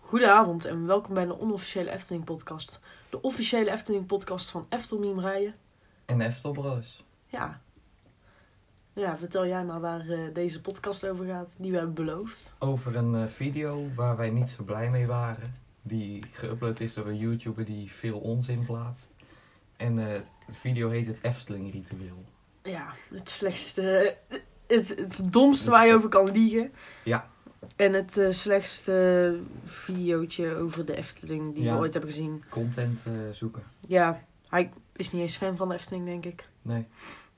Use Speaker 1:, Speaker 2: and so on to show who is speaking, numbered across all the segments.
Speaker 1: Goedenavond en welkom bij de onofficiële Efteling podcast. De officiële Efteling podcast van Eftelmiem Rijen.
Speaker 2: En Eftelbroos.
Speaker 1: Ja. Ja, vertel jij maar waar eh, deze podcast over gaat, die we hebben beloofd.
Speaker 2: Over een eh, video waar wij niet zo blij mee waren. Die geüpload is door een YouTuber die veel onzin plaatst. En eh, de video heet het Efteling Ritueel.
Speaker 1: Ja, het slechtste, het, het domste waar je over kan liegen.
Speaker 2: Ja.
Speaker 1: En het eh, slechtste videootje over de Efteling die
Speaker 2: Ja.
Speaker 1: we ooit hebben gezien.
Speaker 2: Content eh, zoeken.
Speaker 1: Ja, hij is niet eens fan van de Efteling, denk ik.
Speaker 2: Nee,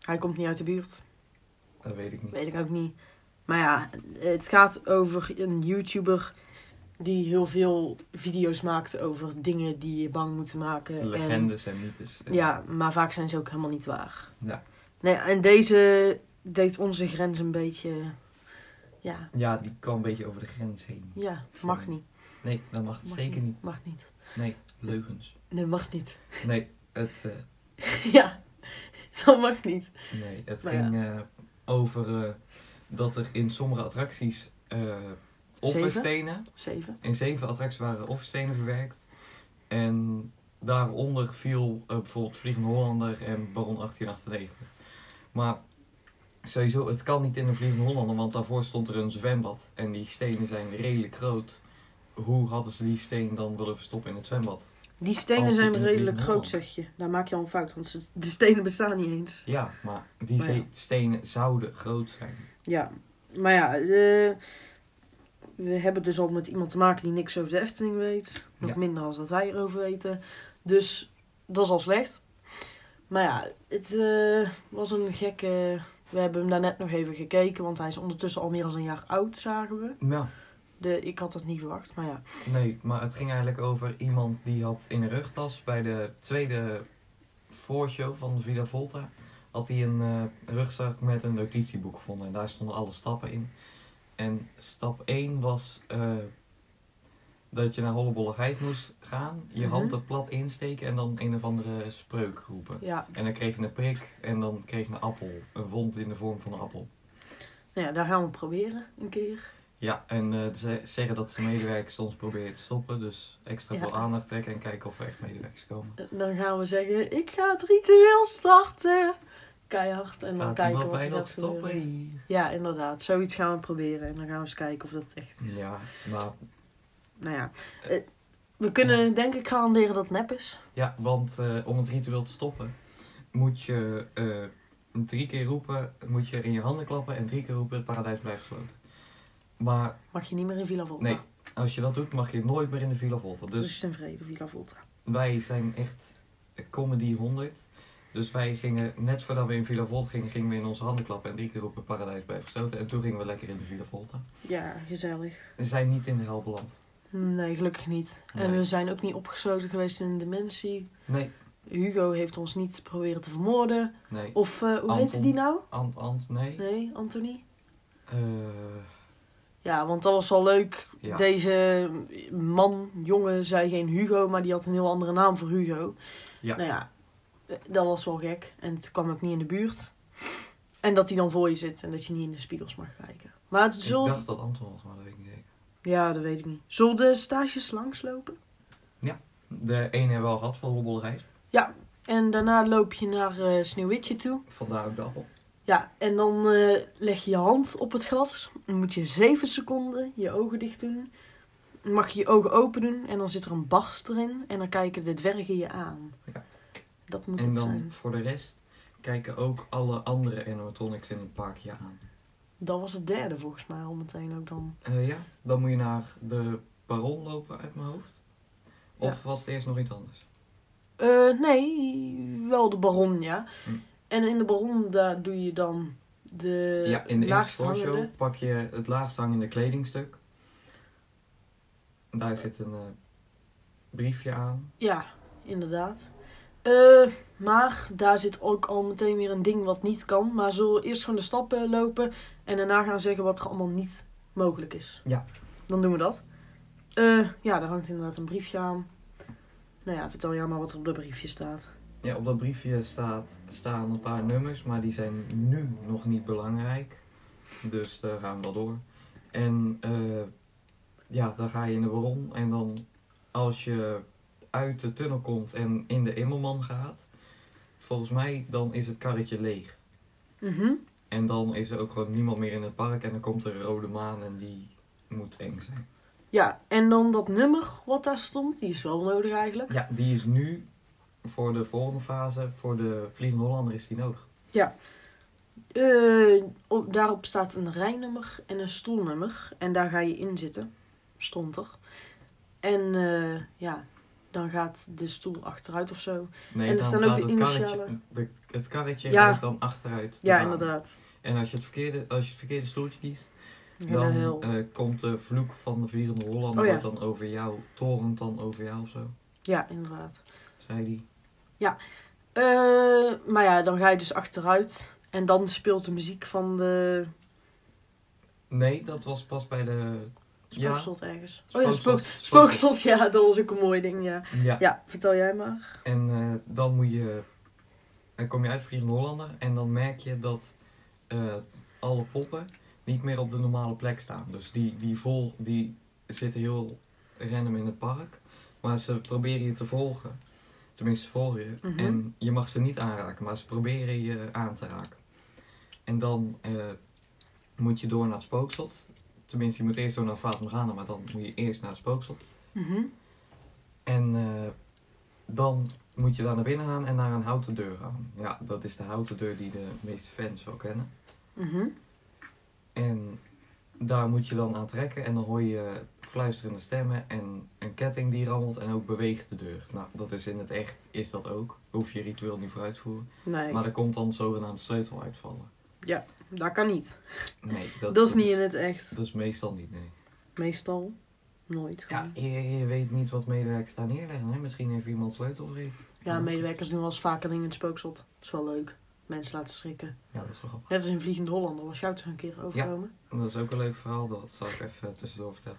Speaker 1: Hij komt niet uit de buurt.
Speaker 2: dat weet ik niet.
Speaker 1: Weet ik ook niet. Maar ja, het gaat over een YouTuber die heel veel video's maakt over dingen die je bang moeten maken.
Speaker 2: Legendes en mythes.
Speaker 1: En, ja, maar vaak zijn ze ook helemaal niet waar.
Speaker 2: Ja.
Speaker 1: Nee, en deze deed onze grens een beetje. Ja,
Speaker 2: Ja, die kwam een beetje over de grens heen.
Speaker 1: ja mag niet.
Speaker 2: Nee, dat mag het
Speaker 1: Mag
Speaker 2: zeker niet.
Speaker 1: Mag niet.
Speaker 2: Nee, leugens.
Speaker 1: Nee, mag niet.
Speaker 2: Nee, het, eh,
Speaker 1: ja, dat mag niet.
Speaker 2: nee, het
Speaker 1: Maar ja.
Speaker 2: ging eh, over eh, dat er in sommige attracties eh offerstenen
Speaker 1: Zeven.
Speaker 2: In zeven attracties waren offerstenen verwerkt. En daaronder viel eh, bijvoorbeeld Vliegende Hollander en Baron 1898. Maar sowieso, het kan niet in een Vliegende Hollander, want daarvoor stond er een zwembad. En die stenen zijn redelijk groot. Hoe hadden ze die steen dan willen verstoppen in het zwembad?
Speaker 1: Die
Speaker 2: Als
Speaker 1: stenen
Speaker 2: het
Speaker 1: zijn
Speaker 2: in
Speaker 1: redelijk
Speaker 2: Nederland-
Speaker 1: groot, zeg je. Daar maak je al een fout, want ze- de stenen bestaan niet eens.
Speaker 2: Ja, maar die
Speaker 1: Maar ja.
Speaker 2: ze- stenen zouden groot zijn.
Speaker 1: Ja, maar ja, eh, we hebben dus al met iemand te maken die niks over de Efteling weet. Nog
Speaker 2: Ja.
Speaker 1: minder als dat wij erover weten. Dus dat is al slecht. Maar ja, het eh, was een gekke... We hebben hem daarnet nog even gekeken, want hij is ondertussen al meer dan een jaar oud, zagen we.
Speaker 2: Ja,
Speaker 1: De, ik had dat niet verwacht, maar ja.
Speaker 2: nee, maar het ging eigenlijk over iemand die had in de rugtas bij de tweede voorshow van Villa Volta. Had hij een eh, rugzak met een notitieboek gevonden en daar stonden alle stappen in. En stap 1 was eh, dat je naar Hollebolligheid moest gaan, je
Speaker 1: Mhm.
Speaker 2: hand er plat insteken en dan een of andere spreuk roepen.
Speaker 1: ja.
Speaker 2: En dan kreeg je een prik en dan kreeg je een appel, een wond in de vorm van een appel.
Speaker 1: Nou ja, daar gaan we het proberen een keer.
Speaker 2: Ja, en eh, ze zeggen dat ze medewerkers soms proberen te stoppen. Dus extra
Speaker 1: Ja.
Speaker 2: veel aandacht trekken en kijken of er echt medewerkers komen.
Speaker 1: Eh, Dan gaan we zeggen, ik ga het ritueel starten. Keihard. En dan
Speaker 2: Gaat
Speaker 1: kijken
Speaker 2: iemand
Speaker 1: wat
Speaker 2: mij
Speaker 1: er gaat
Speaker 2: nog
Speaker 1: gebeuren.
Speaker 2: stoppen? hier?
Speaker 1: Ja, inderdaad. Zoiets gaan we proberen. En dan gaan we eens kijken of dat echt is.
Speaker 2: Ja, maar
Speaker 1: Nou ja. eh, we kunnen denk ik garanderen dat het nep is.
Speaker 2: ja, want eh, om het ritueel te stoppen moet je eh, drie keer roepen, moet je in je handen klappen en drie keer roepen het paradijs blijft gesloten. Maar
Speaker 1: Mag je niet meer in Villa Volta.
Speaker 2: nee, als je dat doet mag je nooit meer in de Villa Volta. Dus
Speaker 1: Rust en vrede, Villa Volta.
Speaker 2: wij zijn echt comedy 100. Dus wij gingen, net voordat we in Villa Volta gingen, gingen we in onze handen klappen en drie keer roepen paradijs blijft gesloten. En toen gingen we lekker in de Villa Volta.
Speaker 1: Ja, gezellig.
Speaker 2: We zijn niet in de hel beland.
Speaker 1: Nee, gelukkig niet. En
Speaker 2: Nee.
Speaker 1: we zijn ook niet opgesloten geweest in dementie.
Speaker 2: Nee,
Speaker 1: Hugo heeft ons niet proberen te vermoorden.
Speaker 2: nee.
Speaker 1: Of, eh, hoe heette
Speaker 2: Anton.
Speaker 1: die nou?
Speaker 2: Ant, Ant, nee.
Speaker 1: Nee, Anthony?
Speaker 2: Eh,
Speaker 1: Ja, want dat was wel leuk.
Speaker 2: Ja.
Speaker 1: Deze man, jongen, zei geen Hugo, maar die had een heel andere naam voor Hugo.
Speaker 2: Ja.
Speaker 1: Nou ja, eh, dat was wel gek. En het kwam ook niet in de buurt. En dat hij dan voor je zit en dat je niet in de spiegels mag kijken. Maar het
Speaker 2: ik
Speaker 1: zul...
Speaker 2: dacht dat Anton was, maar dat weet ik niet zeker.
Speaker 1: Ja, dat weet ik niet. Zul de stages langslopen?
Speaker 2: De ene hebben we al gehad van Robbelreis.
Speaker 1: En daarna loop je naar eh, Sneeuwwitje toe.
Speaker 2: Vandaar ook de appel.
Speaker 1: Ja, en dan eh, leg je je hand op het glas. Dan moet je zeven seconden je ogen dicht doen. Dan mag je je ogen open doen en dan zit er een barst erin. En dan kijken de dwergen je aan.
Speaker 2: Ja.
Speaker 1: Dat moet
Speaker 2: En
Speaker 1: het
Speaker 2: dan
Speaker 1: zijn.
Speaker 2: voor de rest kijken ook alle andere animatronics in het parkje aan.
Speaker 1: Dat was het derde volgens mij al meteen ook dan.
Speaker 2: Eh, ja, dan moet je naar de baron lopen uit mijn hoofd. Of was het eerst nog iets anders?
Speaker 1: Eh, nee, wel de baron, ja.
Speaker 2: Hm.
Speaker 1: En in de baron daar doe je dan de
Speaker 2: ja, in de
Speaker 1: laagst
Speaker 2: eerste voorshow
Speaker 1: hangende.
Speaker 2: pak je het laagst hangende kledingstuk. Daar zit een eh, briefje aan.
Speaker 1: Ja, inderdaad. Eh, maar daar zit ook al meteen weer een ding wat niet kan. Maar zullen we eerst gewoon de stappen lopen en daarna gaan zeggen wat er allemaal niet mogelijk is.
Speaker 2: Ja.
Speaker 1: Dan doen we dat. Eh, ja, daar hangt inderdaad een briefje aan. Nou ja, vertel jij maar wat er op dat briefje staat.
Speaker 2: Ja, op dat briefje staat, staan een paar nummers, maar die zijn nu nog niet belangrijk. Dus daar gaan we wel door. En eh, ja, dan ga je in de Baron. En dan als je uit de tunnel komt en in de Immelman gaat, volgens mij dan is het karretje leeg.
Speaker 1: Mhm.
Speaker 2: En dan is er ook gewoon niemand meer in het park en dan komt er een rode maan en die moet eng zijn.
Speaker 1: Ja, en dan dat nummer wat daar stond, die is wel nodig eigenlijk.
Speaker 2: Ja, die is nu voor de volgende fase, voor de Vliegende Hollander is die nodig.
Speaker 1: Eh, op, daarop staat een rijnummer en een stoelnummer. En daar ga je in zitten, stond er. En eh, ja, dan gaat de stoel achteruit of zo.
Speaker 2: Nee,
Speaker 1: En er
Speaker 2: dan
Speaker 1: staan ook
Speaker 2: gaat
Speaker 1: de
Speaker 2: het Karretje,
Speaker 1: initialen.
Speaker 2: de, het karretje
Speaker 1: Ja.
Speaker 2: rijdt dan achteruit. de
Speaker 1: Ja,
Speaker 2: baan.
Speaker 1: inderdaad.
Speaker 2: En als je het verkeerde, als je het verkeerde stoeltje kiest,
Speaker 1: Ja,
Speaker 2: dan
Speaker 1: heel.
Speaker 2: eh, komt de vloek van de Vliegende Hollander
Speaker 1: Oh ja.
Speaker 2: wordt dan over jou, torent dan over jou of zo,
Speaker 1: ja inderdaad.
Speaker 2: zei die.
Speaker 1: Eh, maar ja, dan ga je dus achteruit. En dan speelt de muziek van de
Speaker 2: Nee, dat was pas bij de...
Speaker 1: spookslot ergens. Oh ja, spook,
Speaker 2: Spookslot.
Speaker 1: spookslot, ja, dat was ook een mooi ding, ja.
Speaker 2: Ja,
Speaker 1: Ja, vertel jij maar.
Speaker 2: En eh, dan moet je. Dan kom je uit Vliegende Hollander en dan merk je dat eh, alle poppen niet meer op de normale plek staan. Dus die, die vol, die zitten heel random in het park. Maar ze proberen je te volgen. Tenminste, ze volgen je.
Speaker 1: Mhm.
Speaker 2: En je mag ze niet aanraken, maar ze proberen je aan te raken. En dan eh, moet je door naar het spookslot. Tenminste, je moet eerst door naar Fata Morgana, maar dan moet je eerst naar het spookslot.
Speaker 1: Mhm.
Speaker 2: En eh, dan moet je daar naar binnen gaan en naar een houten deur gaan. Ja, dat is de houten deur die de meeste fans wel kennen.
Speaker 1: Mhm.
Speaker 2: En daar moet je dan aan trekken en dan hoor je fluisterende stemmen en een ketting die rammelt en ook beweegt de deur. Nou, dat is in het echt, is dat ook. Hoef je ritueel niet voor uit te voeren.
Speaker 1: Nee,
Speaker 2: Maar er komt dan zogenaamd sleutel uitvallen.
Speaker 1: dat kan niet.
Speaker 2: Nee,
Speaker 1: Dat, is
Speaker 2: dus-
Speaker 1: niet in het echt.
Speaker 2: Dat is meestal niet, nee.
Speaker 1: Meestal. Nooit.
Speaker 2: Ja,
Speaker 1: Ja,
Speaker 2: je, je weet niet wat medewerkers daar neerleggen. Hè? Misschien heeft iemand sleutel vergeten.
Speaker 1: ja medewerkers doen wel eens vaker dingen in het spookslot. Dat is wel leuk. Mensen laten schrikken.
Speaker 2: Ja, dat is wel grappig.
Speaker 1: Net als in Vliegende Hollander was jou toch een keer overkomen?
Speaker 2: Dat is ook een leuk verhaal, dat zal ik even tussendoor vertellen.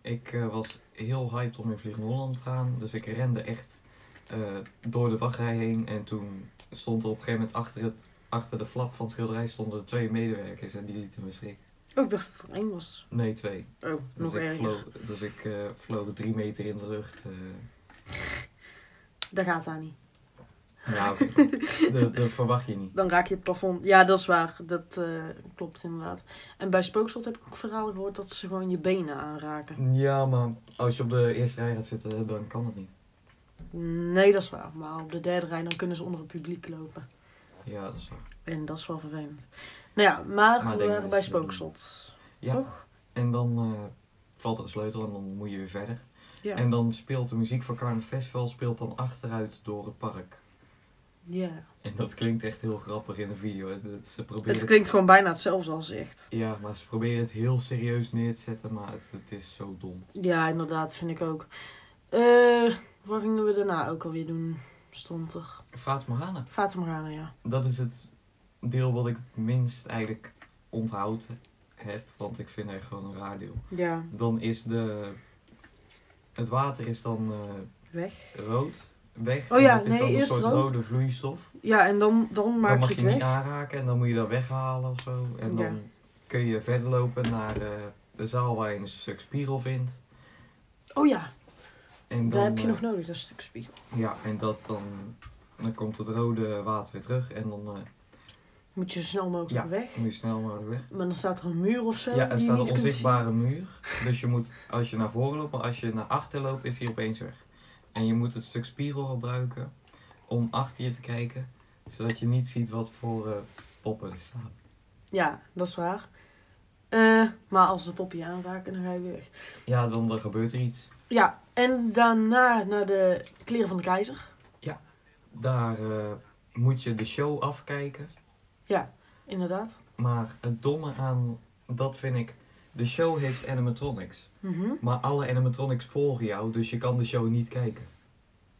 Speaker 2: Ik eh, was heel hyped om in Vliegende Holland te gaan, dus ik rende echt eh, door de wachtrij heen. En toen stond er op een gegeven moment achter, het, achter de flap van het schilderij stonden twee medewerkers en die lieten me schrikken.
Speaker 1: Oh, ik dacht dat het eng was.
Speaker 2: Nee, twee.
Speaker 1: Oh,
Speaker 2: Dus
Speaker 1: nog
Speaker 2: ik,
Speaker 1: erger.
Speaker 2: vloog, dus ik eh, vloog drie meter in de lucht. eh.
Speaker 1: Daar gaat dat niet.
Speaker 2: ja, oké. Nou, dat, dat verwacht je niet.
Speaker 1: Dan raak je het plafond. Ja, dat is waar. Dat eh, klopt inderdaad. En bij Spookslot heb ik ook verhalen gehoord dat ze gewoon je benen aanraken.
Speaker 2: Ja, maar als je op de eerste rij gaat zitten, dan kan dat niet.
Speaker 1: Nee, dat is waar. Maar op de derde rij dan kunnen ze onder het publiek lopen.
Speaker 2: Ja, dat is waar.
Speaker 1: En dat is wel vervelend. Nou ja, maar
Speaker 2: Maar ik
Speaker 1: we
Speaker 2: denk
Speaker 1: waren
Speaker 2: dat
Speaker 1: bij
Speaker 2: ze dat doen.
Speaker 1: Spookslot.
Speaker 2: Ja.
Speaker 1: Toch?
Speaker 2: En dan eh, valt er een sleutel en dan moet je weer verder.
Speaker 1: Ja.
Speaker 2: En dan speelt de muziek van Carmen Festival speelt dan achteruit door het park.
Speaker 1: ja.
Speaker 2: En dat klinkt echt heel grappig in de video. hè. Dat- Ze proberen
Speaker 1: Het klinkt gewoon bijna hetzelfde als echt.
Speaker 2: Ja, maar ze proberen het heel serieus neer te zetten, maar het, het is zo dom.
Speaker 1: Ja, inderdaad, vind ik ook. Eh, wat gingen we daarna ook alweer doen? Stond er.
Speaker 2: Vaat Morgana.
Speaker 1: Fata Morgana, ja.
Speaker 2: Dat is het deel wat ik minst eigenlijk onthoud heb, want ik vind het gewoon een raar deel.
Speaker 1: Ja,
Speaker 2: Dan is de... Het water is dan eh,
Speaker 1: weg.
Speaker 2: rood, weg.
Speaker 1: Oh
Speaker 2: en
Speaker 1: ja,
Speaker 2: dat is
Speaker 1: nee,
Speaker 2: dan een
Speaker 1: eerst
Speaker 2: soort
Speaker 1: rood.
Speaker 2: rode vloeistof.
Speaker 1: Ja, en dan, dan maak
Speaker 2: dan mag
Speaker 1: je
Speaker 2: je
Speaker 1: het
Speaker 2: hem niet
Speaker 1: weg.
Speaker 2: aanraken en dan moet je dat weghalen of zo. En
Speaker 1: Ja.
Speaker 2: dan kun je verder lopen naar eh, de zaal waar je een stuk spiegel vindt.
Speaker 1: Oh ja,
Speaker 2: En dan,
Speaker 1: daar heb je
Speaker 2: eh,
Speaker 1: nog nodig, dat stuk spiegel.
Speaker 2: Ja, en dat dan, dan komt het rode water weer terug en dan eh,
Speaker 1: Moet je zo snel mogelijk
Speaker 2: Ja.
Speaker 1: weg.
Speaker 2: moet je snel mogelijk weg.
Speaker 1: Maar dan staat er een muur of zo.
Speaker 2: Ja,
Speaker 1: die
Speaker 2: er
Speaker 1: je
Speaker 2: staat
Speaker 1: niet
Speaker 2: een
Speaker 1: kunt
Speaker 2: onzichtbare muur. Dus je moet, als je naar voren loopt, maar als je naar achter loopt, is hij opeens weg. En je moet het stuk spiegel gebruiken om achter je te kijken, zodat je niet ziet wat voor eh, poppen er staan.
Speaker 1: zien. Ja, dat is waar. Eh, maar als de poppen je aanraken, dan ga je weer weg.
Speaker 2: Ja, dan er gebeurt er iets.
Speaker 1: Ja, en daarna naar de kleren van de keizer.
Speaker 2: Daar eh, moet je de show afkijken.
Speaker 1: Inderdaad.
Speaker 2: Maar het domme aan dat vind ik. De show heeft animatronics.
Speaker 1: Mhm.
Speaker 2: Maar alle animatronics volgen jou, dus je kan de show niet kijken.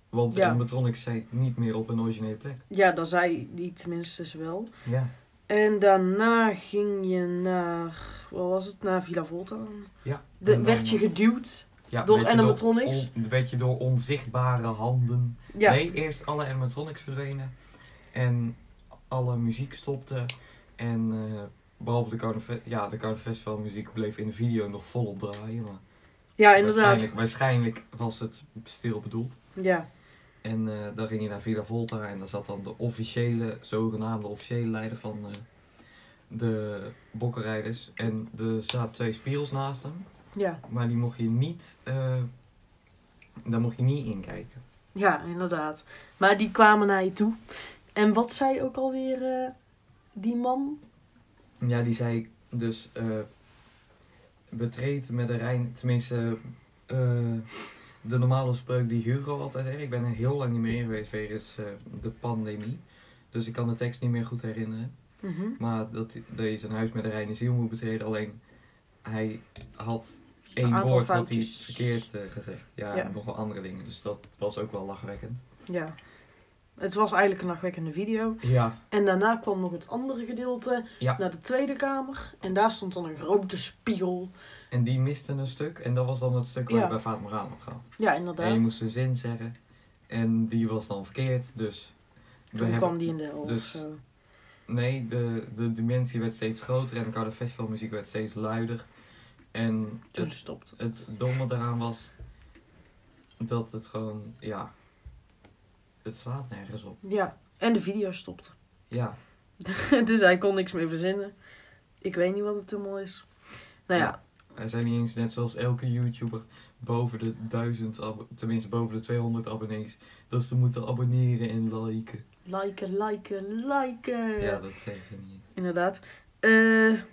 Speaker 2: Want de
Speaker 1: Ja.
Speaker 2: animatronics zijn niet meer op een originele plek.
Speaker 1: Ja, dat zei die tenminste wel.
Speaker 2: Ja.
Speaker 1: En daarna ging je naar... Wat was het? Naar Villa Volta.
Speaker 2: ja.
Speaker 1: De,
Speaker 2: En dan-
Speaker 1: werd je geduwd.
Speaker 2: ja,
Speaker 1: door
Speaker 2: werd je
Speaker 1: animatronics?
Speaker 2: on- werd je door onzichtbare handen.
Speaker 1: Ja.
Speaker 2: Nee, eerst alle animatronics verdwenen. En alle muziek stopte. En eh, behalve de carnaval, ja, de carnaval muziek bleef in de video nog volop draaien. Maar
Speaker 1: Ja, inderdaad.
Speaker 2: Waarschijnlijk, waarschijnlijk was het stil bedoeld.
Speaker 1: Ja,
Speaker 2: En eh, dan ging je naar Villa Volta en daar zat dan de officiële, zogenaamde officiële leider van eh, de bokkenrijders. En er zaten twee spiegels naast hem,
Speaker 1: ja,
Speaker 2: maar die mocht je niet, eh, daar mocht je niet in kijken.
Speaker 1: ja, inderdaad. Maar die kwamen naar je toe. En wat zei ook alweer eh, die man?
Speaker 2: Ja, die zei dus eh betreed met de Rijn, tenminste eh, de normale spreuk die Hugo altijd zei. Ik ben er heel lang niet meer geweest wegens eh, de pandemie, dus ik kan de tekst niet meer goed herinneren.
Speaker 1: Mhm.
Speaker 2: Maar dat, dat je zijn huis met een reine ziel moet betreden. Alleen hij had één
Speaker 1: aantal
Speaker 2: woord wat hij
Speaker 1: foutjes.
Speaker 2: verkeerd eh, gezegd. Ja,
Speaker 1: Ja.
Speaker 2: en nog wel andere dingen. Dus dat was ook wel lachwekkend.
Speaker 1: Ja. Het was eigenlijk een nachtwekkende video.
Speaker 2: Ja,
Speaker 1: En daarna kwam nog het andere gedeelte
Speaker 2: Ja.
Speaker 1: naar de Tweede Kamer. En daar stond dan een grote spiegel.
Speaker 2: en die miste een stuk. En dat was dan het stuk waar
Speaker 1: Ja.
Speaker 2: je bij Vaat Moraan had gehad.
Speaker 1: Ja,
Speaker 2: En je
Speaker 1: inderdaad.
Speaker 2: moest zijn zin zeggen. En die was dan verkeerd. Dus we
Speaker 1: Toen
Speaker 2: hebben-
Speaker 1: kwam die in de hel.
Speaker 2: dus-
Speaker 1: of zo.
Speaker 2: Nee, de, de dimensie werd steeds groter. En de Cardiff Festivalmuziek werd steeds luider. En
Speaker 1: Toen
Speaker 2: het,
Speaker 1: stopte het.
Speaker 2: het domme daaraan was dat het gewoon, ja, het slaat nergens op.
Speaker 1: Ja, en de video stopte.
Speaker 2: Ja,
Speaker 1: dus hij kon niks meer verzinnen. Ik weet niet wat het helemaal is. Nou ja,
Speaker 2: wij zijn niet eens net zoals elke YouTuber boven de 1000, ab- tenminste boven de 200 abonnees, dat ze moeten abonneren en liken.
Speaker 1: liken, liken, liken.
Speaker 2: Ja, dat zeggen ze niet.
Speaker 1: Inderdaad. Eh,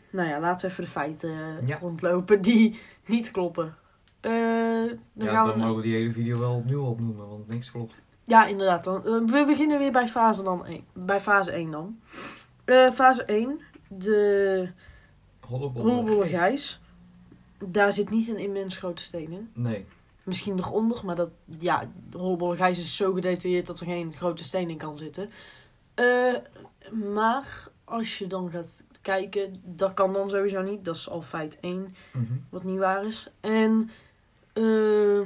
Speaker 1: nou ja, laten we even de feiten eh,
Speaker 2: Ja.
Speaker 1: rondlopen die niet kloppen. Eh, dan
Speaker 2: Ja,
Speaker 1: gaan we
Speaker 2: dan mogen we die hele video wel opnieuw opnoemen, want niks klopt.
Speaker 1: Ja, inderdaad. Dan, eh, we beginnen weer bij fase, dan één- bij fase 1 dan. Eh, fase 1, de
Speaker 2: Hollebolle.
Speaker 1: Hollebolle Gijs. Daar zit niet een immens grote steen in.
Speaker 2: Nee,
Speaker 1: Misschien nog onder, maar dat, ja, de Hollebolle Gijs is zo gedetailleerd dat er geen grote steen in kan zitten. Eh, maar als je dan gaat kijken, dat kan dan sowieso niet. Dat is al feit 1,
Speaker 2: Mhm.
Speaker 1: wat niet waar is. En eh,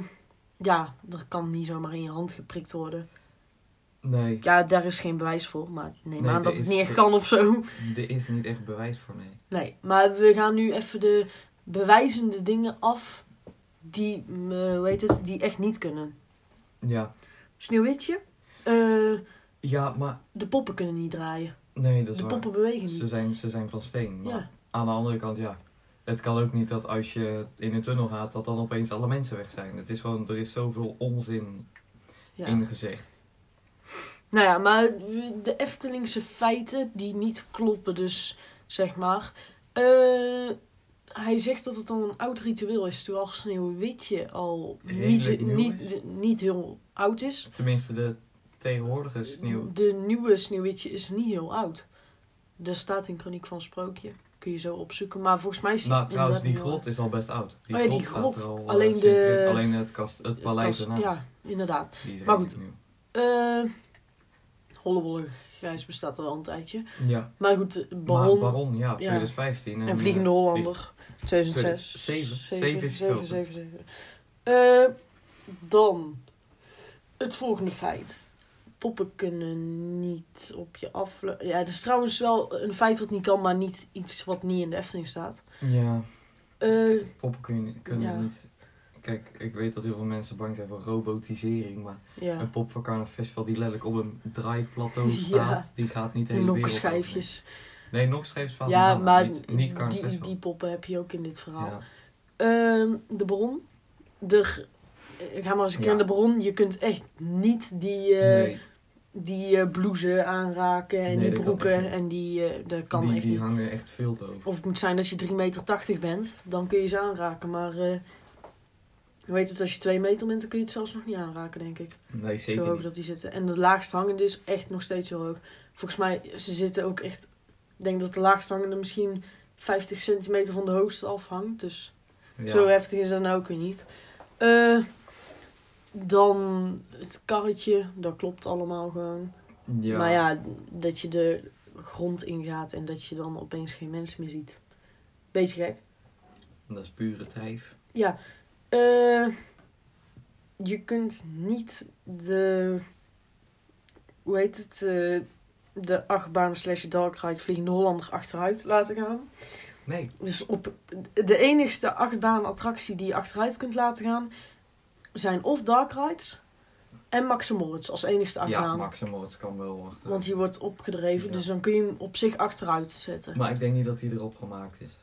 Speaker 1: ja, dat kan niet zomaar in je hand geprikt worden.
Speaker 2: nee,
Speaker 1: Ja, daar is geen bewijs voor, maar ik neem
Speaker 2: Nee,
Speaker 1: aan
Speaker 2: er
Speaker 1: dat het
Speaker 2: is-
Speaker 1: niet echt
Speaker 2: er-
Speaker 1: kan of zo.
Speaker 2: er is niet echt bewijs voor, nee.
Speaker 1: Nee, maar we gaan nu even de bewijzende dingen af die, eh, hoe heet het, die echt niet kunnen.
Speaker 2: Ja,
Speaker 1: Sneeuwwitje, eh,
Speaker 2: ja maar
Speaker 1: de poppen kunnen niet draaien.
Speaker 2: nee, dat is
Speaker 1: de
Speaker 2: waar.
Speaker 1: poppen bewegen niet.
Speaker 2: Ze zijn, nou, ze zijn van steen, maar
Speaker 1: Ja,
Speaker 2: aan de andere kant, ja. Het kan ook niet dat als je in een tunnel gaat, dat dan opeens alle mensen weg zijn. Het is gewoon, er is zoveel onzin
Speaker 1: ja.
Speaker 2: in gezegd.
Speaker 1: Nou ja, maar de Eftelingse feiten die niet kloppen dus, zeg maar. Eh, hij zegt dat het dan een oud ritueel is, terwijl Sneeuwwitje al niet,
Speaker 2: Redelijk nieuw
Speaker 1: niet, niet heel oud is.
Speaker 2: Tenminste, de tegenwoordige
Speaker 1: Mm.
Speaker 2: sneeuw.
Speaker 1: De nieuwe Sneeuwwitje is niet heel oud. Daar staat in Chroniek van Sprookje. Kun je zo opzoeken. Maar volgens mij is
Speaker 2: Nou, trouwens, die
Speaker 1: inderdaad
Speaker 2: grot is al best oud.
Speaker 1: Oh ja, die
Speaker 2: staat
Speaker 1: grot.
Speaker 2: er al, eh,
Speaker 1: Alleen
Speaker 2: sinds-
Speaker 1: de-
Speaker 2: alleen het, kast,
Speaker 1: heel oud.
Speaker 2: het paleis
Speaker 1: Het
Speaker 2: ernaast.
Speaker 1: Ja, inderdaad.
Speaker 2: Die is
Speaker 1: Maar
Speaker 2: redelijk
Speaker 1: Eh Hollebolle Grijs bestaat al een tijdje.
Speaker 2: nieuw. Ja,
Speaker 1: Maar goed, de
Speaker 2: maar
Speaker 1: Baron
Speaker 2: Baron, ja, 2015.
Speaker 1: en Vliegende
Speaker 2: eh,
Speaker 1: Hollander. 2006.
Speaker 2: 2007. Zeven
Speaker 1: Zeven,
Speaker 2: is
Speaker 1: zeven,
Speaker 2: geopend.
Speaker 1: zeven, zeven. Eh, dan het volgende feit. Poppen kunnen niet op je af. Ja, dat is trouwens wel een feit wat niet kan, maar niet iets wat niet in de Efteling staat.
Speaker 2: Ja,
Speaker 1: Eh,
Speaker 2: poppen kun je- kunnen
Speaker 1: Ja.
Speaker 2: niet... Kijk, ik weet dat heel veel mensen bang zijn voor robotisering, maar...
Speaker 1: ja.
Speaker 2: Een pop van Carnaval Festival die letterlijk op een draaiplateau
Speaker 1: Ja.
Speaker 2: staat, die gaat niet de hele wereld over.
Speaker 1: Nokkenschijfjes.
Speaker 2: Nee, nokkenschijfjes van
Speaker 1: Ja, maar
Speaker 2: niet, niet Carnaval
Speaker 1: die,
Speaker 2: Festival.
Speaker 1: die poppen heb je ook in dit verhaal.
Speaker 2: ja.
Speaker 1: Ehm, de bron. De, g- eh, ga maar eens een keer
Speaker 2: Ja.
Speaker 1: naar de bron. Je kunt echt niet die, eh,
Speaker 2: nee,
Speaker 1: die eh, blouse aanraken en
Speaker 2: Nee,
Speaker 1: die
Speaker 2: dat kan echt
Speaker 1: broeken.
Speaker 2: niet.
Speaker 1: En die, eh, dat kan
Speaker 2: die,
Speaker 1: echt
Speaker 2: die
Speaker 1: niet.
Speaker 2: hangen echt veel te over.
Speaker 1: Of het moet zijn dat je 3,80 meter bent. Dan kun je ze aanraken. Maar eh je weet het, als je 2 meter bent, dan kun je het zelfs nog niet aanraken, denk ik.
Speaker 2: Nee,
Speaker 1: zo
Speaker 2: zeker
Speaker 1: hoog
Speaker 2: niet.
Speaker 1: dat die zitten. En de laagst hangende is echt nog steeds heel hoog. Volgens mij, ze zitten ook echt... Ik denk dat de laagst hangende misschien 50 centimeter van de hoogste afhangt. Dus
Speaker 2: Ja.
Speaker 1: zo heftig is dat nou ook weer niet. Eh, dan het karretje, dat klopt allemaal gewoon.
Speaker 2: Ja.
Speaker 1: Maar ja, dat je de grond ingaat en dat je dan opeens geen mensen meer ziet. Beetje gek.
Speaker 2: Dat is pure tijf.
Speaker 1: Ja. eh, je kunt niet de... Hoe heet het? eh, de achtbaan slash dark ride Vliegende Hollander achteruit laten gaan.
Speaker 2: Nee.
Speaker 1: Dus op de enigste achtbaan-attractie die je achteruit kunt laten gaan zijn of Dark Rides en Maximoritz als enigste achtbaan.
Speaker 2: Ja, Maximoritz kan wel wachten.
Speaker 1: Want die wordt opgedreven,
Speaker 2: Ja.
Speaker 1: dus dan kun je hem op zich achteruit zetten.
Speaker 2: Maar ik denk niet dat die erop gemaakt is.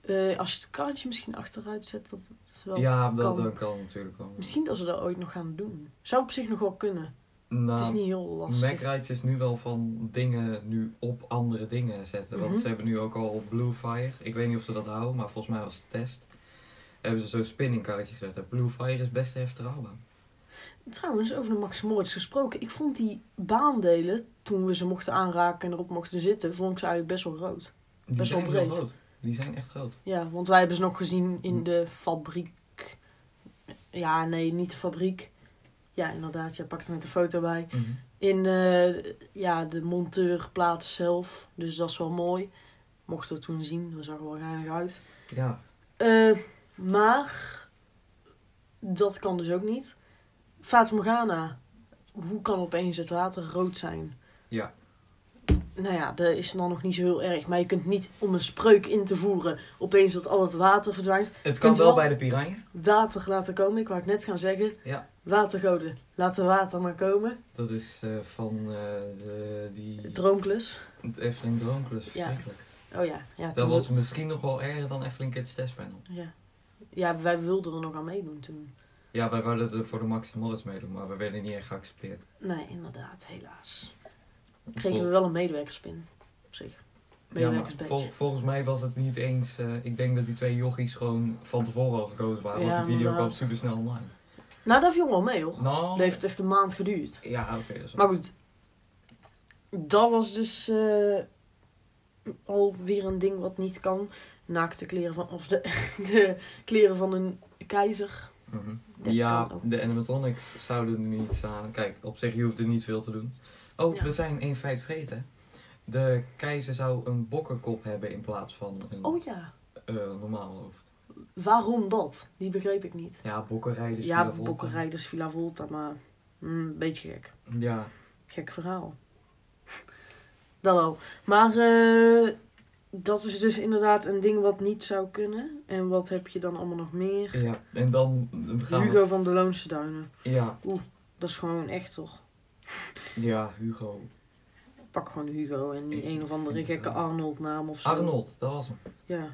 Speaker 1: Eh, als je het karretje misschien achteruit zet, dat is wel...
Speaker 2: ja, dat
Speaker 1: kan.
Speaker 2: dat kan natuurlijk wel.
Speaker 1: Misschien dat ze dat ooit nog gaan doen. Zou op zich nog wel kunnen.
Speaker 2: Nou,
Speaker 1: het is niet heel lastig.
Speaker 2: MacRides is nu wel van dingen nu op andere dingen zetten. Want
Speaker 1: Mhm.
Speaker 2: ze hebben nu ook al Blue Fire. Ik weet niet of ze dat houden, maar volgens mij was het test. Hebben ze zo'n spinningkarretje gezet. En Blue Fire is best even trouwen.
Speaker 1: Trouwens, over de Max Moritz gesproken. Ik vond die baandelen, toen we ze mochten aanraken en erop mochten zitten, vond ik ze eigenlijk best wel groot.
Speaker 2: Die
Speaker 1: Best wel
Speaker 2: zijn heel
Speaker 1: breed.
Speaker 2: groot. Die zijn echt groot.
Speaker 1: Ja, want wij hebben ze nog gezien in de fabriek. Ja, nee, niet de fabriek. Ja, inderdaad, jij pakt er net een foto bij.
Speaker 2: Mhm.
Speaker 1: In eh, ja, de monteurplaats zelf. Dus dat is wel mooi. Mocht dat toen zien, dat zag er wel geinig uit.
Speaker 2: Ja.
Speaker 1: Eh, maar dat kan dus ook niet. Fata Morgana, hoe kan opeens het water rood zijn?
Speaker 2: Ja.
Speaker 1: Nou ja, dat is dan nog niet zo heel erg. Maar je kunt niet om een spreuk in te voeren opeens dat al het water verdwijnt.
Speaker 2: Het kan
Speaker 1: Kunt
Speaker 2: wel,
Speaker 1: wel-
Speaker 2: bij de piranha.
Speaker 1: Water laten komen, ik wou het net gaan zeggen.
Speaker 2: Ja.
Speaker 1: Watergoden, laat de water maar komen.
Speaker 2: Dat is eh, van eh, de, die...
Speaker 1: Droomklus.
Speaker 2: Het Efteling Droomklus.
Speaker 1: Ja.
Speaker 2: Verschrikkelijk.
Speaker 1: Oh ja, ja,
Speaker 2: Dat
Speaker 1: toen
Speaker 2: was
Speaker 1: we-
Speaker 2: misschien nog wel erger dan Efteling Kids Testpanel.
Speaker 1: ja. ja, wij wilden er nog aan meedoen toen.
Speaker 2: Ja, wij wilden er voor de Max en Moritz meedoen, maar we werden niet echt geaccepteerd.
Speaker 1: Nee, inderdaad, helaas. Kregen we wel een medewerkerspin op zich.
Speaker 2: Ja, maar
Speaker 1: Medewerkersbadge.
Speaker 2: vol- volgens mij was het niet eens. eh, ik denk dat die twee jochies gewoon van tevoren al gekozen waren.
Speaker 1: Ja,
Speaker 2: want die video
Speaker 1: inderdaad.
Speaker 2: kwam super snel online.
Speaker 1: Nou, dat viel wel mee hoor.
Speaker 2: Nou,
Speaker 1: Dat heeft echt een maand geduurd.
Speaker 2: ja, oké. dat is wel-
Speaker 1: Maar goed, dat was dus eh alweer een ding wat niet kan. Naakte kleren van, of de, de kleren van een keizer.
Speaker 2: Mhm.
Speaker 1: Dat
Speaker 2: Ja,
Speaker 1: kan ook
Speaker 2: de animatronics zouden er niet staan. Kijk, op zich, je hoeft er niet veel te doen. Oh,
Speaker 1: Ja.
Speaker 2: we zijn één feit vergeten. De keizer zou een bokkenkop hebben in plaats van een
Speaker 1: Oh ja,
Speaker 2: eh, normaal hoofd.
Speaker 1: waarom dat? Die begreep ik niet.
Speaker 2: Ja, bokkenrijders.
Speaker 1: ja,
Speaker 2: Villa Volta.
Speaker 1: bokkenrijders Villa Volta, maar mm, een beetje gek.
Speaker 2: Ja,
Speaker 1: Gek verhaal. Dat wel. Maar eh, dat is dus inderdaad een ding wat niet zou kunnen. En wat heb je dan allemaal nog meer?
Speaker 2: ja. En dan gaan we-
Speaker 1: Hugo van de Loonse Duinen.
Speaker 2: Ja,
Speaker 1: Dat is gewoon echt toch.
Speaker 2: ja, Hugo.
Speaker 1: Pak gewoon Hugo en niet
Speaker 2: Ik
Speaker 1: een of andere
Speaker 2: vind het
Speaker 1: gekke
Speaker 2: wel.
Speaker 1: Arnold naam of zo.
Speaker 2: Arnold, dat was hem.
Speaker 1: Ja.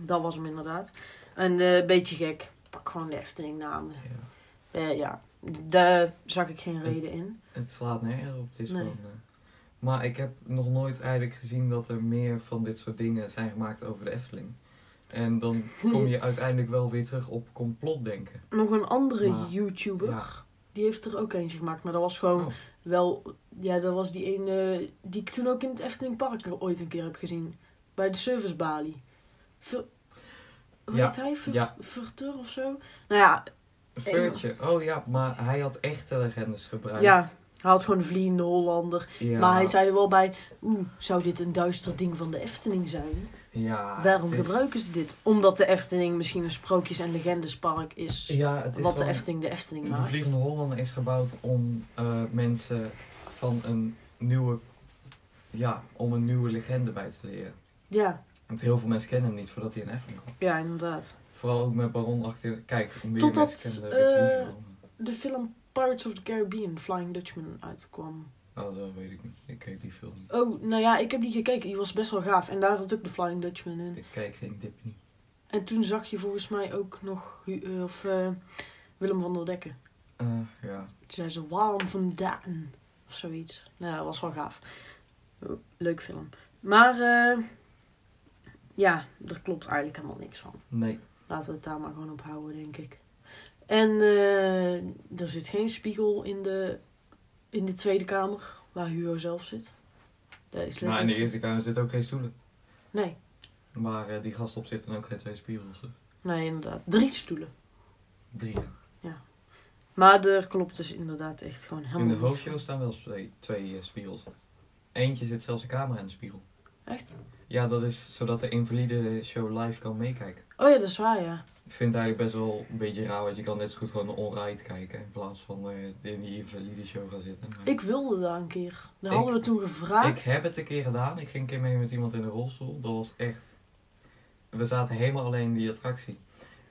Speaker 1: Dat was hem inderdaad. En eh, een beetje gek. Pak gewoon de Efteling naam.
Speaker 2: Ja.
Speaker 1: Eh, ja, D- daar zag ik geen
Speaker 2: Het-
Speaker 1: reden in.
Speaker 2: Het slaat nergens op. Het is
Speaker 1: Nee.
Speaker 2: gewoon, eh, maar ik heb nog nooit eigenlijk gezien dat er meer van dit soort dingen zijn gemaakt over de Efteling. En dan kom je uiteindelijk wel weer terug op complotdenken.
Speaker 1: Nog een andere
Speaker 2: Maar-
Speaker 1: YouTuber.
Speaker 2: ja.
Speaker 1: Die heeft er ook eentje gemaakt. Maar dat was gewoon
Speaker 2: Oh.
Speaker 1: wel... Ja, dat was die ene die ik toen ook in het Efteling Park ooit een keer heb gezien. Bij de servicebalie. Ver, hoe
Speaker 2: Ja,
Speaker 1: heet hij? Ver,
Speaker 2: ja.
Speaker 1: Verteur of zo? Nou ja,
Speaker 2: Veurtje, oh ja, maar hij had echte legendes gebruikt.
Speaker 1: ja, hij had gewoon een vliegende Hollander.
Speaker 2: Ja,
Speaker 1: Maar hij zei er wel bij, oeh, zou dit een duister ding van de Efteling zijn?
Speaker 2: ja,
Speaker 1: Waarom
Speaker 2: het Ah, is-
Speaker 1: gebruiken ze dit? Omdat de Efteling misschien een sprookjes- en legendespark is.
Speaker 2: Ja, het is
Speaker 1: wat de
Speaker 2: gewoon-
Speaker 1: Efteling de Efteling
Speaker 2: De
Speaker 1: maakt.
Speaker 2: Vliegende Hollander is gebouwd om eh, mensen van een nieuwe, ja, om een nieuwe legende bij te leren.
Speaker 1: Ja,
Speaker 2: Want heel veel mensen kennen hem niet voordat hij in Efteling kwam.
Speaker 1: ja, inderdaad.
Speaker 2: Vooral ook met Baron achter. Kijk, meer
Speaker 1: Totdat,
Speaker 2: mensen kennen de Ritz
Speaker 1: eh,
Speaker 2: Review.
Speaker 1: De film Pirates of the Caribbean, Flying Dutchman, uitkwam.
Speaker 2: Oh, dat weet ik niet. Ik kijk die film niet.
Speaker 1: Oh, nou ja, ik heb die gekeken. Die was best wel gaaf. En daar had ook de Flying Dutchman in.
Speaker 2: Ik kijk geen dip niet.
Speaker 1: En toen zag je volgens mij ook nog Hu- eh, of, eh, Willem van der Dekken.
Speaker 2: Eh, ja.
Speaker 1: Toen zei ze, waarom vandaan? Of zoiets. Nou, dat was wel gaaf. Leuk film. Maar, eh, ja, er klopt eigenlijk helemaal niks van.
Speaker 2: Nee.
Speaker 1: Laten we het daar maar gewoon op houden, denk ik. En eh, er zit geen spiegel in de, in de tweede kamer, waar Hugo zelf zit. Daar is
Speaker 2: Maar in de
Speaker 1: letterlijk-
Speaker 2: eerste kamer zitten ook geen stoelen.
Speaker 1: Nee,
Speaker 2: Maar eh, die gast op zit dan ook geen twee spiegels. hè.
Speaker 1: nee, inderdaad. Drie stoelen.
Speaker 2: Drie. ja.
Speaker 1: Maar er klopt dus inderdaad echt gewoon helemaal
Speaker 2: In de
Speaker 1: niks van.
Speaker 2: hoofdshow staan wel twee, twee eh, spiegels. Eentje zit zelfs een camera in de spiegel.
Speaker 1: Echt?
Speaker 2: Ja, dat is zodat de invalide show live kan meekijken.
Speaker 1: Oh ja, dat is waar, ja.
Speaker 2: Ik vind het eigenlijk best wel een beetje raar, want je kan net zo goed gewoon on-ride kijken. In plaats van eh, in die invalide show gaan zitten. Maar-
Speaker 1: Ik wilde daar een keer. Daar
Speaker 2: Ik-
Speaker 1: hadden we toen gevraagd.
Speaker 2: Ik heb het een keer gedaan. Ik ging een keer mee met iemand in een rolstoel. Dat was echt we zaten helemaal alleen in die attractie.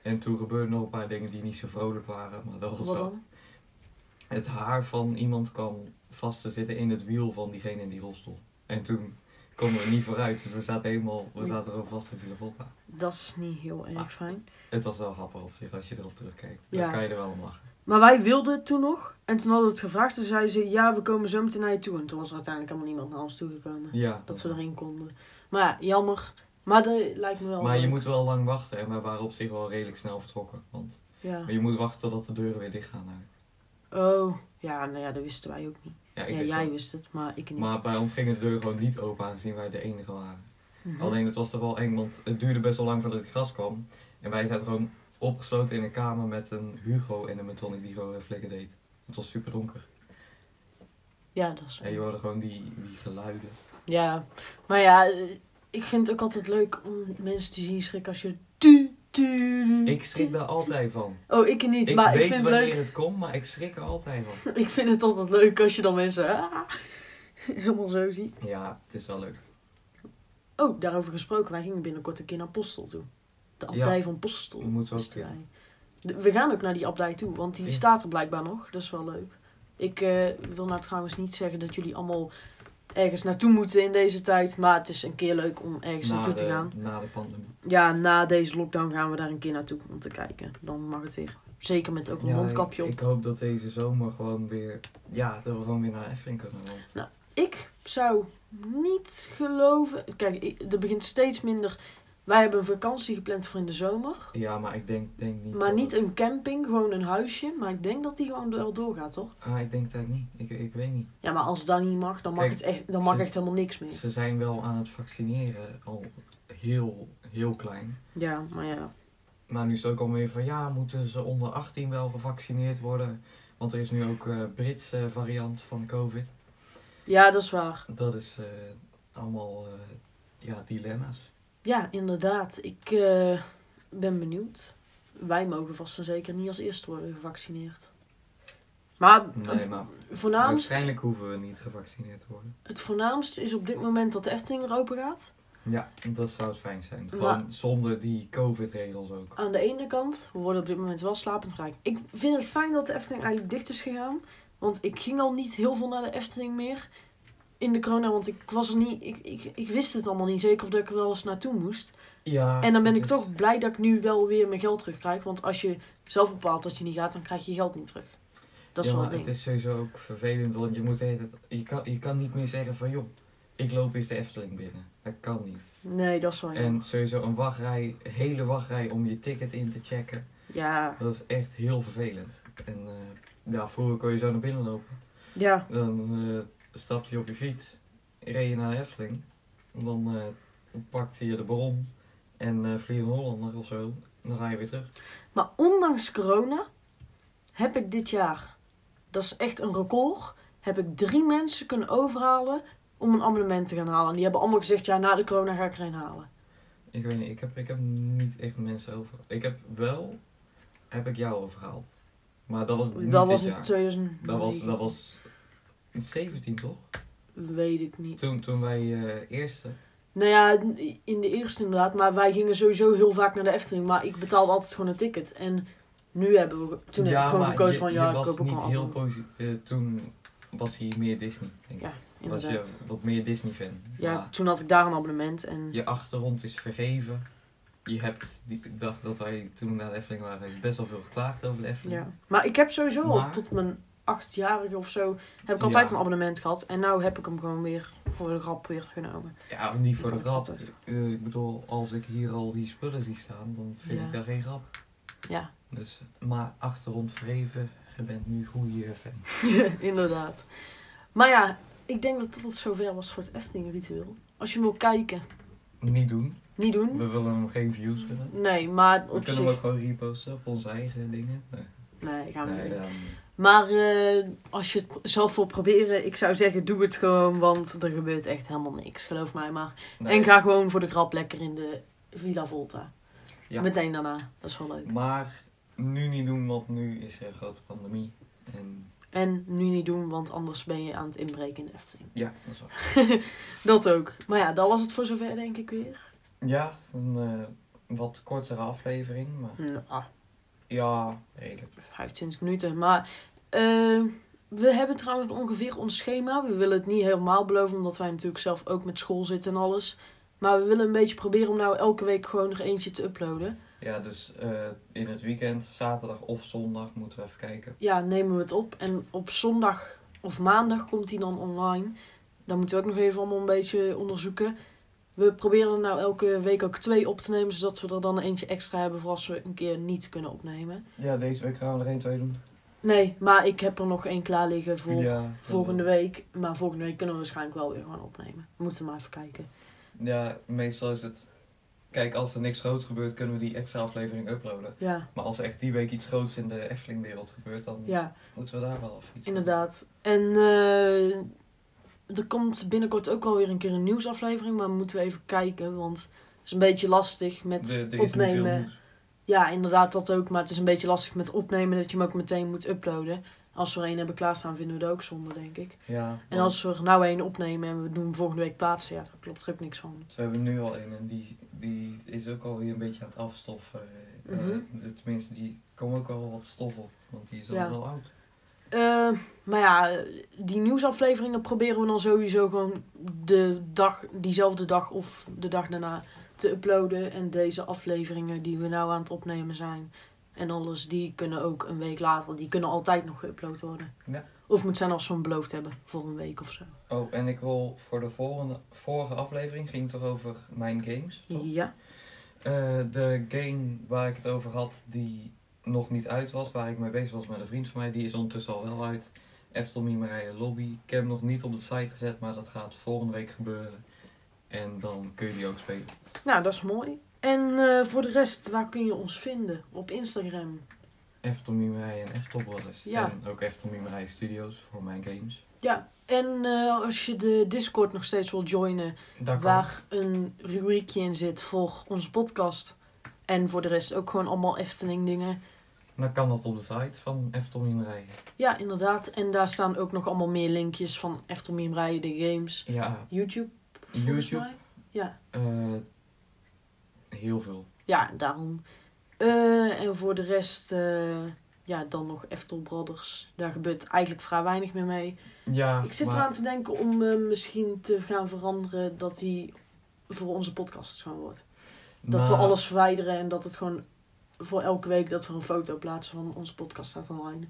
Speaker 2: En toen gebeurden nog een paar dingen die niet zo vrolijk waren, maar dat was
Speaker 1: Wat
Speaker 2: wel.
Speaker 1: dan?
Speaker 2: Het haar van iemand kwam vast te zitten in het wiel van diegene in die rolstoel. En toen konden we niet vooruit, dus we zaten helemaal, we zaten gewoon vast in Villa Volta.
Speaker 1: Dat is niet heel erg
Speaker 2: Ah.
Speaker 1: fijn.
Speaker 2: Het was wel grappig op zich, als je erop terugkijkt.
Speaker 1: Ja.
Speaker 2: Dan kan je er wel om lachen.
Speaker 1: Maar wij wilden het toen nog. En toen hadden we het gevraagd. Toen zeiden ze, ja, we komen zo meteen naar je toe. En toen was er uiteindelijk helemaal niemand naar ons toegekomen.
Speaker 2: Ja.
Speaker 1: Dat we erin konden. Maar ja, jammer. Maar dat lijkt me wel
Speaker 2: Maar je
Speaker 1: leuk.
Speaker 2: moet wel lang wachten en wij waren op zich wel redelijk snel vertrokken. Want
Speaker 1: Ja.
Speaker 2: maar je moet wachten totdat de deuren weer dicht gaan. eigenlijk.
Speaker 1: Oh, ja, nou ja, dat wisten wij ook niet.
Speaker 2: Ja, ik
Speaker 1: ja,
Speaker 2: wist
Speaker 1: jij
Speaker 2: dat.
Speaker 1: wist het, maar ik niet.
Speaker 2: Maar bij ons gingen de deuren gewoon niet open aangezien wij de enige waren.
Speaker 1: Mhm.
Speaker 2: Alleen het was toch wel eng, want het duurde best wel lang voordat het gras kwam. En wij zaten gewoon opgesloten in een kamer met een Hugo en een Metonic die gewoon eh, flikken deed. Het was super donker.
Speaker 1: Ja, dat is
Speaker 2: En je hoorde gewoon die, die geluiden.
Speaker 1: Ja, maar ja, eh, ik vind het ook altijd leuk om mensen te zien schrikken als je... Tu, tu, tu,
Speaker 2: Ik schrik
Speaker 1: tu.
Speaker 2: daar altijd van.
Speaker 1: Oh, ik niet,
Speaker 2: Ik
Speaker 1: maar
Speaker 2: weet
Speaker 1: Mm. ik vind het
Speaker 2: wanneer
Speaker 1: leuk.
Speaker 2: het komt, maar ik schrik er altijd van.
Speaker 1: Ik vind het altijd leuk als je dan mensen ah, helemaal zo ziet.
Speaker 2: Ja, het is wel leuk.
Speaker 1: Oh, daarover gesproken. Wij gingen binnenkort een keer naar Postel toe. De abdij van Postel.
Speaker 2: Dat moeten we ook
Speaker 1: wisten
Speaker 2: een
Speaker 1: wij. De- We gaan ook naar die abdij toe, want die
Speaker 2: Ja.
Speaker 1: staat er blijkbaar nog. Dat is wel leuk. Ik eh, wil nou trouwens niet zeggen dat jullie allemaal ergens naartoe moeten in deze tijd. Maar het is een keer leuk om ergens
Speaker 2: Na
Speaker 1: naartoe te
Speaker 2: de,
Speaker 1: gaan.
Speaker 2: na de pandemie.
Speaker 1: Ja, na deze lockdown gaan we daar een keer naartoe om te kijken. Dan mag het weer. Zeker met ook een
Speaker 2: Ja,
Speaker 1: mondkapje op.
Speaker 2: ik, ik hoop dat deze zomer gewoon weer. Ja, dat we gewoon weer naar Efteling kunnen. Want
Speaker 1: Ik zou niet geloven. Kijk, ik- er begint steeds minder. Wij hebben een vakantie gepland voor in de zomer.
Speaker 2: ja, maar ik denk, denk niet.
Speaker 1: Maar
Speaker 2: dat
Speaker 1: niet
Speaker 2: het-
Speaker 1: een camping, gewoon een huisje. Maar ik denk dat die gewoon wel doorgaat, toch?
Speaker 2: Ah, ik denk het eigenlijk niet. Ik, ik weet niet.
Speaker 1: Ja, maar als dat niet mag, dan mag,
Speaker 2: Kijk,
Speaker 1: het echt, dan mag
Speaker 2: ze-
Speaker 1: echt helemaal niks meer.
Speaker 2: Ze zijn wel aan het vaccineren al heel, heel klein.
Speaker 1: Ja, maar ja.
Speaker 2: Maar nu is het ook alweer van ja, moeten ze onder 18 wel gevaccineerd worden? Want er is nu ook eh Britse variant van COVID.
Speaker 1: Ja, dat is waar.
Speaker 2: Dat is eh, allemaal eh, ja, dilemma's.
Speaker 1: Ja, inderdaad. Ik eh, ben benieuwd. Wij mogen vast en zeker niet als eerste worden gevaccineerd. Maar,
Speaker 2: Nee, maar
Speaker 1: het, voornaamst,
Speaker 2: waarschijnlijk hoeven we niet gevaccineerd te worden.
Speaker 1: het voornaamste is op dit moment dat de Efteling weer open gaat.
Speaker 2: Ja, dat zou het fijn zijn. Gewoon zonder die COVID-regels ook.
Speaker 1: Aan de ene kant, we worden op dit moment wel slapend rijk. Ik vind het fijn dat de Efteling eigenlijk dicht is gegaan. Want ik ging al niet heel veel naar de Efteling meer in de corona. Want ik was er niet, ik, ik, ik wist het allemaal niet zeker of dat ik er wel eens naartoe moest.
Speaker 2: Ja.
Speaker 1: En dan ben
Speaker 2: dat
Speaker 1: ik
Speaker 2: is-
Speaker 1: toch blij dat ik nu wel weer mijn geld terugkrijg. Want als je zelf bepaalt dat je niet gaat, dan krijg je je geld niet terug. Dat is
Speaker 2: ja,
Speaker 1: wel
Speaker 2: maar
Speaker 1: een ding.
Speaker 2: Het is sowieso ook vervelend, want je moet de hele tijd- je kan, je kan niet meer zeggen van joh, ik loop eens de Efteling binnen. Dat kan niet.
Speaker 1: Nee, dat is wel jammer.
Speaker 2: En sowieso een wachtrij, hele wachtrij om je ticket in te checken.
Speaker 1: Ja,
Speaker 2: Dat is echt heel vervelend. En eh, ja, vroeger kon je zo naar binnen lopen.
Speaker 1: ja,
Speaker 2: Dan eh, stapte je op je fiets, reed je naar de Efteling. En Dan eh, pakte je de bron en eh Vliegende Hollander of zo. Dan ga je weer terug.
Speaker 1: maar ondanks corona heb ik dit jaar, dat is echt een record, heb ik drie mensen kunnen overhalen om een abonnement te gaan halen. En die hebben allemaal gezegd, ja, na de corona ga ik er een halen.
Speaker 2: Ik weet niet, ik heb, ik heb niet echt mensen over. Ik heb wel, heb ik jou overgehaald. Maar dat was niet
Speaker 1: dat
Speaker 2: dit
Speaker 1: was in
Speaker 2: jaar.
Speaker 1: 2000.
Speaker 2: Dat was, dat was in 17 toch?
Speaker 1: Weet ik niet.
Speaker 2: Toen, toen wij eh, eerste.
Speaker 1: Nou ja, in de eerste inderdaad. Maar wij gingen sowieso heel vaak naar de Efteling. Maar ik betaalde altijd gewoon een ticket. En nu hebben we... Toen heb ik gewoon
Speaker 2: maar
Speaker 1: gekozen
Speaker 2: je-
Speaker 1: van...
Speaker 2: je
Speaker 1: Ja, ik
Speaker 2: was
Speaker 1: koop ook
Speaker 2: niet
Speaker 1: een
Speaker 2: heel
Speaker 1: abonnement.
Speaker 2: positief. toen was hij meer Disney, denk ik.
Speaker 1: Ja,
Speaker 2: was je
Speaker 1: Inderdaad.
Speaker 2: wat meer Disney-fan.
Speaker 1: Ja,
Speaker 2: Maar
Speaker 1: toen had ik daar een abonnement. En
Speaker 2: je achtergrond is vergeven. Je hebt die dag dat wij toen naar de Efteling waren, heeft best wel veel geklaagd over de Efteling.
Speaker 1: Ja. Maar ik heb sowieso al
Speaker 2: Maar-
Speaker 1: tot mijn achtjarige of zo... heb ik altijd
Speaker 2: Ja.
Speaker 1: een abonnement gehad. En nou heb ik hem gewoon weer voor de grap weer genomen.
Speaker 2: Ja, maar niet voor de
Speaker 1: Ik
Speaker 2: grap.
Speaker 1: altijd.
Speaker 2: Eh, ik bedoel, als ik hier al die spullen zie staan, dan vind
Speaker 1: Ja.
Speaker 2: ik daar geen grap.
Speaker 1: Ja,
Speaker 2: Dus, maar achtergrond verheven, je bent nu goede fan.
Speaker 1: inderdaad. Maar ja, ik denk dat dat het zover was voor het Efteling ritueel. Als je hem wil kijken,
Speaker 2: Niet doen.
Speaker 1: niet doen.
Speaker 2: We willen hem geen views gunnen.
Speaker 1: Nee, maar
Speaker 2: We
Speaker 1: Mm. op
Speaker 2: kunnen
Speaker 1: zich...
Speaker 2: hem ook gewoon reposten op onze eigen dingen. Nee,
Speaker 1: Nee, gaan we niet
Speaker 2: nee,
Speaker 1: doen.
Speaker 2: dan-
Speaker 1: Maar eh, als je het zelf wil proberen, ik zou zeggen, doe het gewoon, want er gebeurt echt helemaal niks, geloof mij maar.
Speaker 2: nee.
Speaker 1: En ga gewoon voor de grap lekker in de Villa Volta.
Speaker 2: Ja.
Speaker 1: Meteen daarna, dat is wel leuk.
Speaker 2: Maar nu niet doen, want nu is er een grote pandemie. En
Speaker 1: En nu niet doen, want anders ben je aan het inbreken in de Efteling.
Speaker 2: ja, dat is wel-
Speaker 1: Dat ook. Maar ja, dat was het voor zover, denk ik weer.
Speaker 2: Ja, dan eh, wat kortere aflevering, maar
Speaker 1: Nou,
Speaker 2: ja, redelijk.
Speaker 1: 25 minuten. Maar eh, we hebben trouwens ongeveer ons schema. We willen het niet helemaal beloven, omdat wij natuurlijk zelf ook met school zitten en alles. Maar we willen een beetje proberen om nou elke week gewoon er eentje te uploaden.
Speaker 2: Ja, dus eh, in het weekend, zaterdag of zondag, moeten we even kijken.
Speaker 1: Ja, nemen we het op. En op zondag of maandag komt die dan online. Dan moeten we ook nog even allemaal een beetje onderzoeken. We proberen er nou elke week ook twee op te nemen, zodat we er dan eentje extra hebben voor als we een keer niet kunnen opnemen.
Speaker 2: Ja, deze week gaan we er één, twee doen.
Speaker 1: Nee, maar ik heb er nog één klaar liggen voor
Speaker 2: ja, eh,
Speaker 1: Volgende week, maar volgende week kunnen we waarschijnlijk wel weer gewoon opnemen. We moeten maar even kijken.
Speaker 2: Ja, meestal is het... Kijk, als er niks groots gebeurt, kunnen we die extra aflevering uploaden.
Speaker 1: Ja,
Speaker 2: Maar als er echt die week iets groots in de Eftelingwereld gebeurt, dan
Speaker 1: ja,
Speaker 2: moeten we daar wel af. iets
Speaker 1: inderdaad. En eh, er komt binnenkort ook alweer een keer een nieuwsaflevering, maar moeten we even kijken, want het is een beetje lastig
Speaker 2: doen.
Speaker 1: met
Speaker 2: Er- er is niet veel
Speaker 1: opnemen.
Speaker 2: nieuws.
Speaker 1: Ja, inderdaad, dat ook, maar het is een beetje lastig met opnemen dat je hem ook meteen moet uploaden. Als we er één hebben klaarstaan, vinden we dat ook zonde, denk ik.
Speaker 2: Ja,
Speaker 1: En als we er nou één opnemen en we doen hem volgende week plaatsen, ja, daar klopt er ook niks van.
Speaker 2: want We hebben nu al een en die, die is ook alweer een beetje aan het afstoffen. Eh,
Speaker 1: Mhm.
Speaker 2: eh, tenminste, die komt ook wel wat stof op, want die is al
Speaker 1: Ja.
Speaker 2: wel oud.
Speaker 1: Eh, maar ja, die nieuwsafleveringen proberen we dan sowieso gewoon de dag, diezelfde dag of de dag daarna te uploaden. En deze afleveringen die we nou aan het opnemen zijn en alles, die kunnen ook een week later, die kunnen altijd nog geüpload worden.
Speaker 2: Ja.
Speaker 1: Of het moet zijn als we hem beloofd hebben voor een week of zo.
Speaker 2: Oh, en ik wil voor de volgende, vorige aflevering ging het toch over mijn games? toch?
Speaker 1: Ja,
Speaker 2: Eh, de game waar ik het over had, die nog niet uit was, waar ik mee bezig was met een vriend van mij, die is ondertussen al wel uit. Eftel Mimerije Lobby. Ik heb hem nog niet op de site gezet, maar dat gaat volgende week gebeuren. En dan kun je die ook spelen.
Speaker 1: nou dat is mooi. En eh, voor de rest, waar kun je ons vinden? Op Instagram.
Speaker 2: Eftel Mimerij en Eftel Brothers.
Speaker 1: Ja.
Speaker 2: En ook Eftel Mimerij Studios voor mijn games.
Speaker 1: Ja, en eh, als je de Discord nog steeds wil joinen,
Speaker 2: Daar kan.
Speaker 1: waar een rubriekje in zit voor onze podcast. En voor de rest ook gewoon allemaal Efteling dingen.
Speaker 2: Dan kan dat op de site van Eftel Mimerij.
Speaker 1: Ja, inderdaad. En daar staan ook nog allemaal meer linkjes van Efteling rijden, de games.
Speaker 2: Ja,
Speaker 1: YouTube, volgens
Speaker 2: YouTube.
Speaker 1: mij. Ja,
Speaker 2: eh, heel veel.
Speaker 1: ja daarom. Eh, en voor de rest, eh, ja, dan nog Eftel Brothers. Daar gebeurt eigenlijk vrij weinig meer mee.
Speaker 2: Ja,
Speaker 1: Ik zit
Speaker 2: maar-
Speaker 1: eraan te denken om eh, misschien te gaan veranderen dat die voor onze podcast gewoon wordt. Dat we
Speaker 2: Nou,
Speaker 1: alles verwijderen en dat het gewoon voor elke week dat we een foto plaatsen van onze podcast staat online.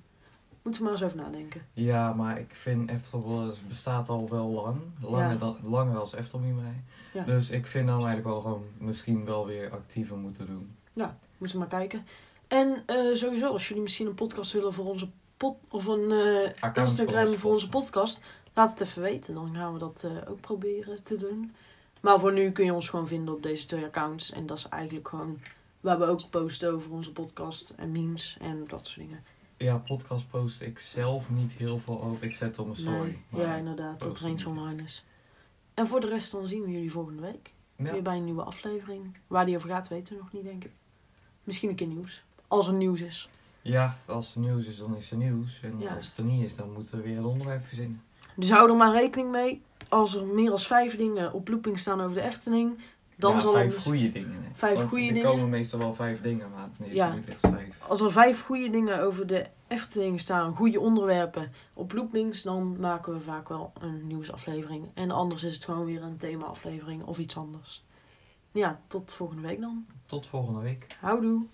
Speaker 1: Moeten we maar eens over nadenken.
Speaker 2: Ja, maar ik vind Eftel Brothers bestaat al wel lang. Langer,
Speaker 1: Ja.
Speaker 2: dan, langer als Eftel Mimerij.
Speaker 1: Ja.
Speaker 2: Dus ik vind dan eigenlijk wel gewoon misschien wel weer actiever moeten doen.
Speaker 1: Moeten we maar kijken. En eh, sowieso, als jullie misschien een podcast willen voor onze pod of een eh,
Speaker 2: Account voor
Speaker 1: Instagram
Speaker 2: onze
Speaker 1: voor onze
Speaker 2: podcast.
Speaker 1: podcast, laat het even weten. Dan gaan we dat eh, ook proberen te doen. Maar voor nu kun je ons gewoon vinden op deze twee accounts. En dat is eigenlijk gewoon waar we ook posten over onze podcast en memes en dat soort dingen.
Speaker 2: Ja, podcast post ik zelf niet heel veel over. Ik zet het op mijn story.
Speaker 1: Nee,
Speaker 2: Oh, maar-
Speaker 1: ja, inderdaad, dat
Speaker 2: post
Speaker 1: er eentje
Speaker 2: niet.
Speaker 1: online is. dus. En voor de rest, dan zien we jullie volgende week.
Speaker 2: Ja.
Speaker 1: Weer bij een nieuwe aflevering. Waar die over gaat, weten we nog niet, denk ik. Misschien een keer nieuws. Als er nieuws is.
Speaker 2: Ja, als er nieuws is, dan is er nieuws. En
Speaker 1: Ja.
Speaker 2: als het er niet is, dan moeten we weer een onderwerp verzinnen.
Speaker 1: Dus hou er maar rekening mee. Als er meer dan vijf dingen op looping staan over de Efteling, dan
Speaker 2: ja,
Speaker 1: zal
Speaker 2: vijf
Speaker 1: er...
Speaker 2: goede dingen. hè.
Speaker 1: Vijf
Speaker 2: Want
Speaker 1: goede
Speaker 2: er
Speaker 1: dingen.
Speaker 2: komen meestal wel vijf dingen, maar nee,
Speaker 1: Ja.
Speaker 2: niet echt vijf.
Speaker 1: Als er vijf goede dingen over de Efteling staan, goede onderwerpen op loopings, dan maken we vaak wel een nieuwsaflevering. En anders is het gewoon weer een themaaflevering of iets anders. Ja, tot volgende week dan.
Speaker 2: Tot volgende week.
Speaker 1: Houdoe!